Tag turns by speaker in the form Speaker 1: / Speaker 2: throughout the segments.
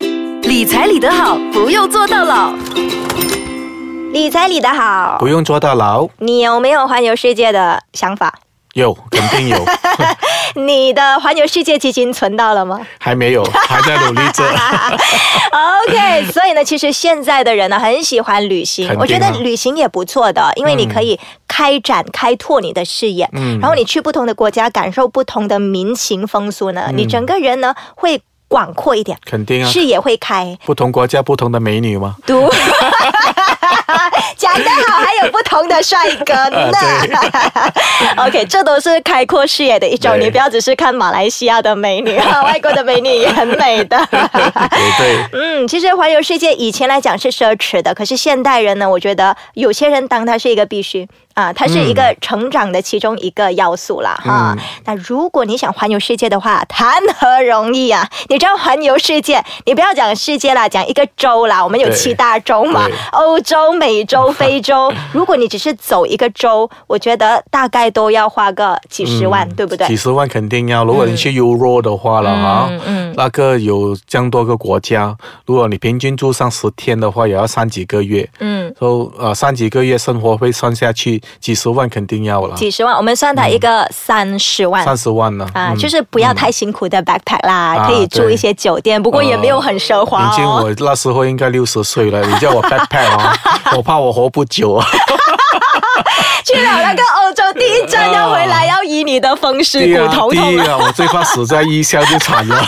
Speaker 1: 理财理得好，不用做到老。
Speaker 2: 理财理得好
Speaker 3: 不，用坐大牢，
Speaker 2: 你有没有环游世界的想法？
Speaker 3: 有肯 定有，
Speaker 2: 你的环游世界基金存到了吗？
Speaker 3: 还没有，还在努力着。
Speaker 2: OK，所以呢，其实现在的人呢很喜欢旅行，
Speaker 3: 肯定啊
Speaker 2: 我觉得旅行也不错的，因为你可以开展、开拓你的视野，
Speaker 3: 嗯
Speaker 2: 然后你去不同的国家，感受不同的民情风俗呢，你整个人呢会广阔一点，
Speaker 3: 肯嗯定啊，
Speaker 2: 视野会开。
Speaker 3: 不同国家不同的美女 嘛。
Speaker 2: 读，讲得好，还有不同的帅哥呢。OK，这 都是开阔视野的一种，
Speaker 3: 对
Speaker 2: 你不要只是看马来西亚的美女 啊，外国的美女也很美的。
Speaker 3: 也对，
Speaker 2: 嗯，其实环游世界以前来讲是奢侈的，可是现代人呢，我觉得有些人当它是一个必须啊，它是一个成长的其中一个要素啦、哈。那如果你想环游世界的话，谈何容易啊！你知道环游世界，你不要讲世界啦，讲一个州啦，我们有
Speaker 3: 对
Speaker 2: 七大洲嘛
Speaker 3: 对，
Speaker 2: 欧洲、美洲、非洲。如果你只是走一个州，我觉得大概都要花个几十万，对不对？
Speaker 3: 几十万肯定要。如果你去 Euro 的话了哈，
Speaker 2: 嗯嗯
Speaker 3: 那个有这样多个国家，如果你平均住上十天的话，也要三几个月。
Speaker 2: 嗯。
Speaker 3: 都呃三几个月生活费算下去，几十万肯定要了，
Speaker 2: 几十万，我们算它一个三十万，
Speaker 3: 三十万呢。
Speaker 2: 啊，
Speaker 3: 嗯
Speaker 2: 就是不要太辛苦的 backpack 啦，
Speaker 3: 啊
Speaker 2: 可以住一些酒店，不过也没有很奢华
Speaker 3: 已经
Speaker 2: 哦。
Speaker 3: 我那时候应该六十岁了，你叫我 backpack 啊， 我怕我活不久啊。
Speaker 2: 去了那个欧洲第一站要回来，
Speaker 3: 啊
Speaker 2: 要以你的风湿
Speaker 3: 对
Speaker 2: 骨
Speaker 3: 啊，
Speaker 2: 头痛
Speaker 3: 对，啊，我最怕死在异乡就 惨了。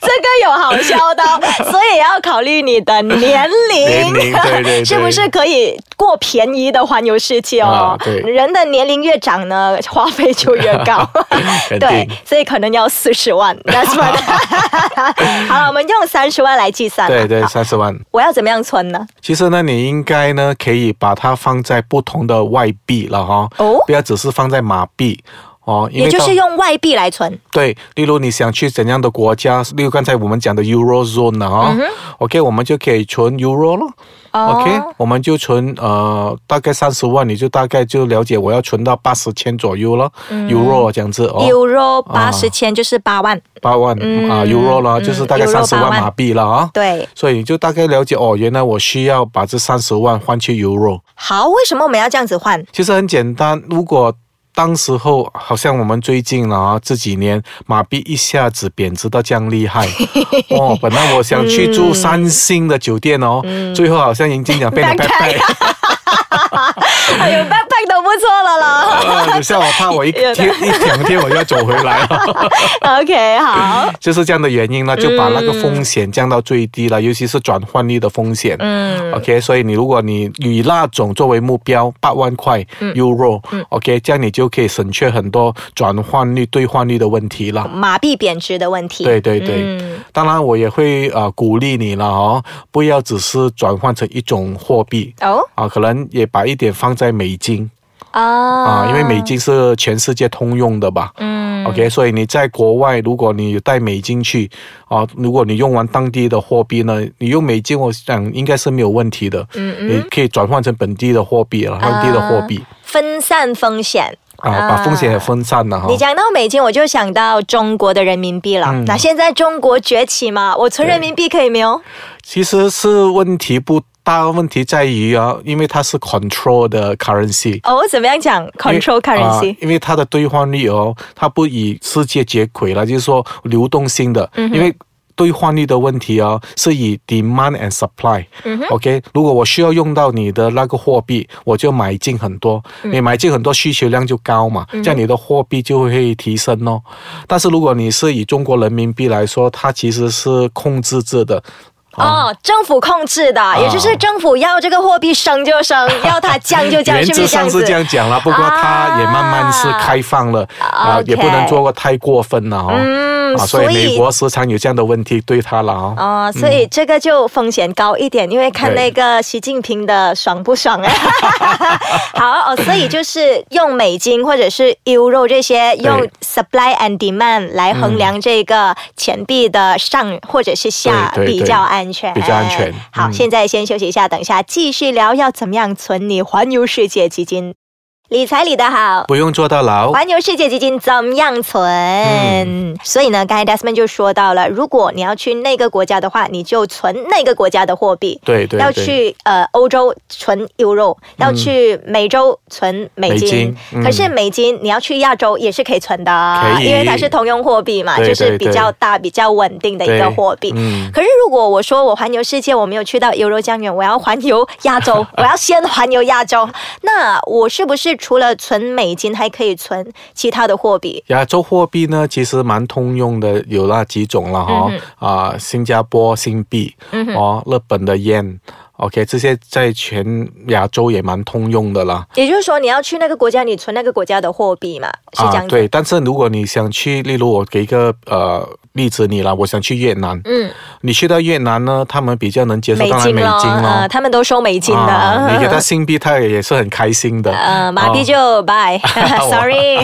Speaker 2: 这个有好笑 的哦，所以也要考虑你的年龄，
Speaker 3: 年 龄对对对
Speaker 2: 是不是可以过便宜的环游世界哦
Speaker 3: 啊？对，
Speaker 2: 人的年龄越长呢，花费就越高
Speaker 3: 肯定
Speaker 2: 对，所以可能要四十万，That's right。好了，我们用三十万来计算。
Speaker 3: 对对，
Speaker 2: 好
Speaker 3: 三十万。
Speaker 2: 我要怎么样存呢？
Speaker 3: 其实呢，你应该呢可以把它放在不同的外币了哈、
Speaker 2: 哦
Speaker 3: 不要只是放在马币哦，因
Speaker 2: 也
Speaker 3: 为
Speaker 2: 就
Speaker 3: 到
Speaker 2: 是用外币来存。
Speaker 3: 对，例如你想去怎样的国家，例如刚才我们讲的 Eurozone 呢、哈、o k 我们就可以存 Euro 咯。
Speaker 2: 嗯哦
Speaker 3: OK，我们就存呃大概三十万，你就大概就了解我要存到八十千左右了、e
Speaker 2: 嗯
Speaker 3: u r o 这样子哦，
Speaker 2: Euro 八十千就是八万，
Speaker 3: 八万啊、
Speaker 2: 嗯
Speaker 3: Euro 啦，就是大概
Speaker 2: ，Euro
Speaker 3: 三十万
Speaker 2: 8万
Speaker 3: 马币了啊。
Speaker 2: 对。
Speaker 3: 所以你就大概了解哦，原来我需要把这三十万换去 Euro。
Speaker 2: 好，为什么我们要这样子 换？
Speaker 3: 其实很简单，如果当时候好像我们最近了啊，这几年马币一下子贬值到这样 厉害哦，本来我想去
Speaker 2: 嗯
Speaker 3: 住三星的酒店哦，最后好像银金奖变成
Speaker 2: Backpack
Speaker 3: 拜拜，
Speaker 2: 哎呦，backpack 都不错了啦。
Speaker 3: 呃等下我 怕我一天一两天我就要走回来了，
Speaker 2: OK，好，
Speaker 3: 就是这样的原因呢，就把那个风险降到最低了，尤其是转换率的风险。
Speaker 2: 嗯，
Speaker 3: OK，所以你如果你以那种作为目标，八万块
Speaker 2: 嗯
Speaker 3: Euro，OK，、这样你就可以省却很多转换率、兑换率的问题了。
Speaker 2: 马币贬值的问题。
Speaker 3: 对对对，
Speaker 2: 嗯
Speaker 3: 当然我也会呃鼓励你了哦，不要只是转换成一种货币
Speaker 2: 哦
Speaker 3: 啊，可能也把一点放在美金
Speaker 2: 啊
Speaker 3: 啊，因为美金是全世界通用的吧。
Speaker 2: 嗯
Speaker 3: OK，所以你在国外，如果你有带美金去啊，如果你用完当地的货币呢，你用美金，我想应该是没有问题的。
Speaker 2: 嗯啊
Speaker 3: 你可以转换成本地的货币了，当地的货币
Speaker 2: 分散风险。
Speaker 3: 啊，把风险也分散了哈
Speaker 2: 你。讲到美金，我就想到中国的人民币
Speaker 3: 嗯
Speaker 2: 了。那现在中国崛起嘛，我存人民币可以没有？
Speaker 3: 其实是问题不大，问题在于啊，因为它是 control 的 currency。
Speaker 2: 哦，怎么样讲？Control
Speaker 3: 因为
Speaker 2: currency
Speaker 3: 啊因为它的兑换率哦，它不以世界接轨了，就是说流动性的，
Speaker 2: 嗯
Speaker 3: 因为。兑换率的问题哦，是以 demand and supply、OK，
Speaker 2: 嗯
Speaker 3: 如果我需要用到你的那个货币，我就买进很多，
Speaker 2: 嗯
Speaker 3: 你买进很多，需求量就高嘛，这样你的货币就会提升哦。但是如果你是以中国人民币来说，它其实是控制制的，啊
Speaker 2: 哦，政府控制的，也就是政府要这个货币升就 升，要它降就降，
Speaker 3: 原
Speaker 2: 是不
Speaker 3: 则
Speaker 2: 是 这样
Speaker 3: 上
Speaker 2: 子
Speaker 3: 是这？样讲了，不过它也慢慢是开放了，
Speaker 2: 啊
Speaker 3: 啊，
Speaker 2: OK
Speaker 3: 也不能做过太过分了哦。
Speaker 2: 嗯
Speaker 3: 啊，
Speaker 2: 所
Speaker 3: 所
Speaker 2: 以
Speaker 3: 以美国时常有这样的问题对它了哦。
Speaker 2: 哦，所以这个就风险高一点，因为看那
Speaker 3: 对
Speaker 2: 个习近平的爽不爽哎。 好哦，所以就是用美金或者是 euro 这些用 supply and demand 来衡量这个钱币的上或者是下，
Speaker 3: 对对
Speaker 2: 比
Speaker 3: 对
Speaker 2: 较安全，
Speaker 3: 比较安全
Speaker 2: 好，
Speaker 3: 嗯
Speaker 2: 现在先休息一下，等一下继续聊要怎么样存你环游世界基金。理财理得好。
Speaker 3: 不用坐到牢。
Speaker 2: 环游世界基金怎样存？
Speaker 3: 嗯
Speaker 2: 所以呢，刚才 Desmond 就说到了，如果你要去那个国家的话，你就存那个国家的货币。
Speaker 3: 对对
Speaker 2: 要
Speaker 3: 对嗯
Speaker 2: 去呃欧洲存 euro，要去美洲存美金。
Speaker 3: 美金嗯
Speaker 2: 可是美金你要去亚洲也是可以存的啊，
Speaker 3: 可以
Speaker 2: 因为它是通用货币嘛，
Speaker 3: 对
Speaker 2: 就是比较大、比较稳定的一个
Speaker 3: 对
Speaker 2: 货币。
Speaker 3: 嗯
Speaker 2: 可是如果我说我环游世界，我没有去到 Euro 江源，我要环游亚 洲，我要先环游亚洲，那我是不是除了存美金，还可以存其他的货币？
Speaker 3: 亚洲货币呢，其实蛮通用的，有那几种了哈、
Speaker 2: 嗯
Speaker 3: 啊、新加坡新币，哦，日本的 yen，OK，、这些在全亚洲也蛮通用的啦。
Speaker 2: 也就是说，你要去那个国家，你存那个国家的货币嘛，是这样子。
Speaker 3: 啊对，但是如果你想去，例如我给一个呃例子你啦，我想去越南，
Speaker 2: 嗯，
Speaker 3: 你去到越南呢，他们比较能接受，
Speaker 2: 美
Speaker 3: 当然
Speaker 2: 金
Speaker 3: 美
Speaker 2: 咯，
Speaker 3: 金啊
Speaker 2: 呃，他们都收美金的。
Speaker 3: 啊，你给他新币，他也是很开心的。
Speaker 2: 呃，麻痹
Speaker 3: 哦
Speaker 2: 就 拜，sorry。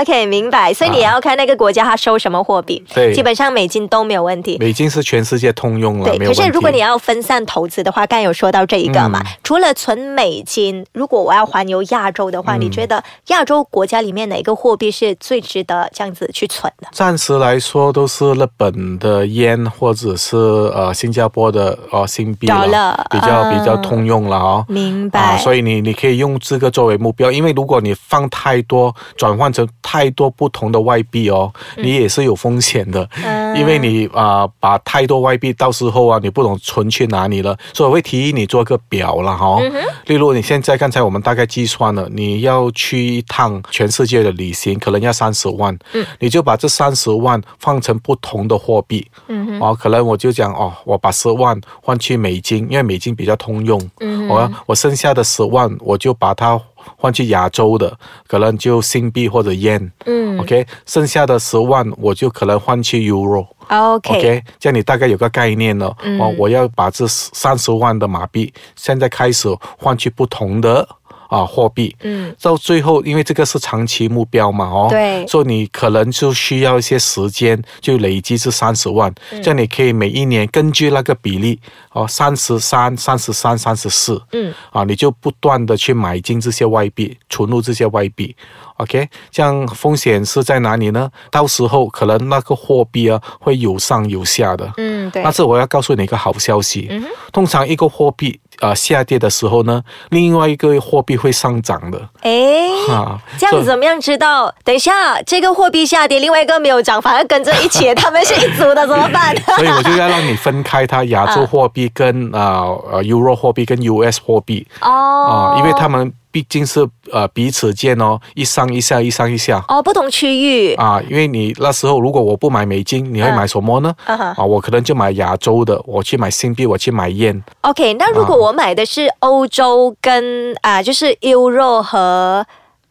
Speaker 2: OK，明白。所以你也要看那个国家它收什么货币，
Speaker 3: 啊对
Speaker 2: 基本上美金都没有问题。
Speaker 3: 美金是全世界通用了，
Speaker 2: 对，
Speaker 3: 没有
Speaker 2: 可
Speaker 3: 问题。
Speaker 2: 是如果你要分散投资的话，刚才有说到这一个嘛，除了存美金，如果我要环游亚洲的话，你觉得亚洲国家里面哪一个货币是最值得这样子去存的？
Speaker 3: 暂时来说都是日本的 yen 或者是呃新加坡的呃新币
Speaker 2: dollar，
Speaker 3: 了，比较
Speaker 2: 嗯
Speaker 3: 比较通用了哦。
Speaker 2: 明白。
Speaker 3: 啊，所以你你可以用这个作为目标，因为如果你放太多，转换成太多不同的外币哦，你也是有风险的，
Speaker 2: 嗯
Speaker 3: 因为你啊、把太多外币，到时候啊你不懂存去哪里了，所以我会提议你做个表了哈、
Speaker 2: 嗯
Speaker 3: 例如你现在刚才我们大概计算了，你要去一趟全世界的旅行，可能要三十万，嗯，你就把这三十万放成不同的货币，嗯，哦，可能我就讲哦，我把十万换去美金，因为美金比较通用，嗯，我、我剩下的十万我就把它换去亚洲的，可能就新币或者 yen，嗯，OK，剩下的十万我就可能换去 euro。
Speaker 2: OK，,
Speaker 3: OK，这样你大概有个概念了。哦，我要把这三十万的马币，现在开始换去不同的啊货币。
Speaker 2: 嗯，
Speaker 3: 到最后，因为这个是长期目标嘛，哦，
Speaker 2: 对
Speaker 3: 所以你可能就需要一些时间，就累积至三十万，
Speaker 2: 嗯
Speaker 3: 这样你可以每一年根据那个比例，哦，三十三、三十三、三十四，
Speaker 2: 嗯，
Speaker 3: 啊，你就不断的去买进这些外币，存入这些外币。OK，这样风险是在哪里呢？到时候可能那个货币啊会有上有下的。
Speaker 2: 嗯，对嗯
Speaker 3: 但，是我要告诉你一个好消息，通常一个货币呃下跌的时候呢，另外一个货币会上涨的
Speaker 2: 诶，
Speaker 3: 啊。
Speaker 2: 这样
Speaker 3: 所
Speaker 2: 哦
Speaker 3: 以
Speaker 2: 怎么样知道？等一下，这个货币下跌，另外一个没有涨，反而跟着一 起，他们是一组的，怎么办？
Speaker 3: 所以我就要让你分开它亚洲货币跟
Speaker 2: 嗯
Speaker 3: 啊呃 Euro 货币跟 US 货币
Speaker 2: 哦
Speaker 3: 啊，因为他们毕竟是呃彼此间哦一上一下一上一下。
Speaker 2: 哦，不同区域，
Speaker 3: 啊，因为你那时候如果我不买美金，你会买什么呢？
Speaker 2: 嗯哼
Speaker 3: 啊，我可能就买亚洲的，我去买新币，我去买 yen，
Speaker 2: OK，那如果
Speaker 3: 啊
Speaker 2: 我买的是欧洲跟啊、就是 Euro 和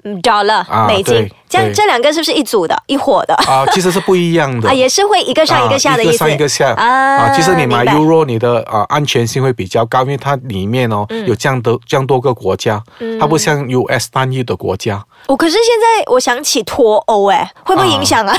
Speaker 2: 嗯 dollar、
Speaker 3: 啊
Speaker 2: 美金
Speaker 3: 对，
Speaker 2: 这样
Speaker 3: 对
Speaker 2: 这两个是不是一组的，一伙的？
Speaker 3: 啊，其实是不一样的。
Speaker 2: 啊，也是会一个上一个下的意
Speaker 3: 啊、一
Speaker 2: 思。
Speaker 3: 个上一个下
Speaker 2: 啊
Speaker 3: 啊。其实你
Speaker 2: 明
Speaker 3: 买
Speaker 2: 白
Speaker 3: Euro，你的啊安全性会比较高，因为它里面哦、
Speaker 2: 嗯
Speaker 3: 有这样多这样多个国家，它不像 US 单一的国家。
Speaker 2: 我、可是现在我想起脱欧，哎，会不会影响啊？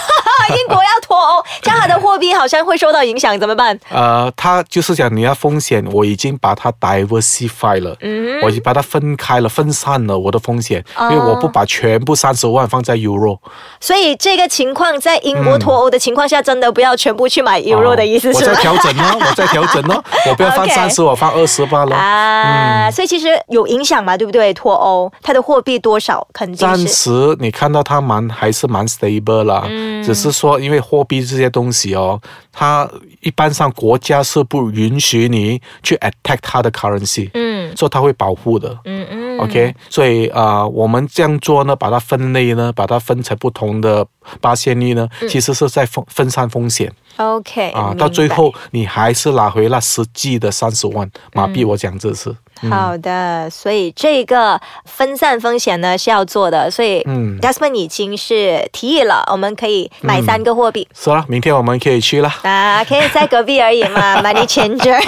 Speaker 2: 英国要脱欧，这样它的货币好像会受到影响，怎么办？
Speaker 3: 呃，它就是讲你要风险，我已经把它 diversify 了，嗯、我已经把它分开了、分散了我的风险，
Speaker 2: 哦
Speaker 3: 因为我不把全部三十万放在 Euro，、
Speaker 2: 所以这个情况在英国脱欧的情况下，真的不要全部去买 Euro
Speaker 3: 啊
Speaker 2: 的意思
Speaker 3: 我
Speaker 2: 是
Speaker 3: 在
Speaker 2: 吗？
Speaker 3: 调整呢，我在调整呢，我不 要放
Speaker 2: OK
Speaker 3: 三十，我放二十八了。嗯
Speaker 2: 啊，所以其实有影响嘛，对不对？脱欧它的货币多少肯定
Speaker 3: 暂
Speaker 2: 是
Speaker 3: 时你看到它蛮还是蛮 stable 啦，
Speaker 2: 嗯
Speaker 3: 只是说因为货币这些东西哦，它一般上国家是不允许你去 attack 它的 currency，
Speaker 2: 嗯
Speaker 3: 所以它会保护的。
Speaker 2: 嗯嗯
Speaker 3: OK，所以啊、呃我们这样做呢，把它分类呢，把它分成不同的八线率呢，其实是在分分散风险
Speaker 2: OK
Speaker 3: 啊、
Speaker 2: 嗯哎明白
Speaker 3: 到最后你还是拿回那实际的三十
Speaker 2: 嗯
Speaker 3: 万马币，我讲这次。
Speaker 2: 好的，所以这个分散风险呢是要做的，所以
Speaker 3: 嗯
Speaker 2: Desmond 已经是提议了，我们可以买三个货币。
Speaker 3: 是啦，明天我们可以去啦。
Speaker 2: 啊，可以在隔壁而已 嘛，Money Changer，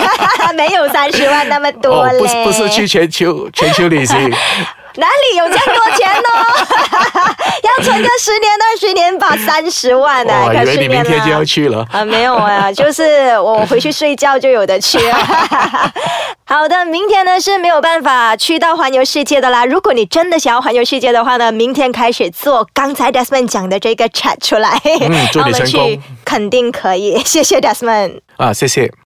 Speaker 2: 没 有三十万那么多
Speaker 3: 哦，
Speaker 2: 嘞、
Speaker 3: 不是不是去全球全球 旅行，
Speaker 2: 哪里有这么多钱呢？ 要存个十年二十年吧，三十啊万呢、
Speaker 3: 哇，
Speaker 2: 可
Speaker 3: 哦
Speaker 2: 是
Speaker 3: 以为你明天就要去了。
Speaker 2: 啊，没有啊，就是我回去睡觉就有的去、啊。好的，明天呢是没有办法去到环游世界的啦。如果你真的想要环游世界的话呢，明天开始做刚才 Desmond 讲的这个 chat 出来，
Speaker 3: 嗯祝
Speaker 2: 我
Speaker 3: 你
Speaker 2: 们
Speaker 3: 成功
Speaker 2: 去肯定可以。谢谢 Desmond。
Speaker 3: 啊，谢谢。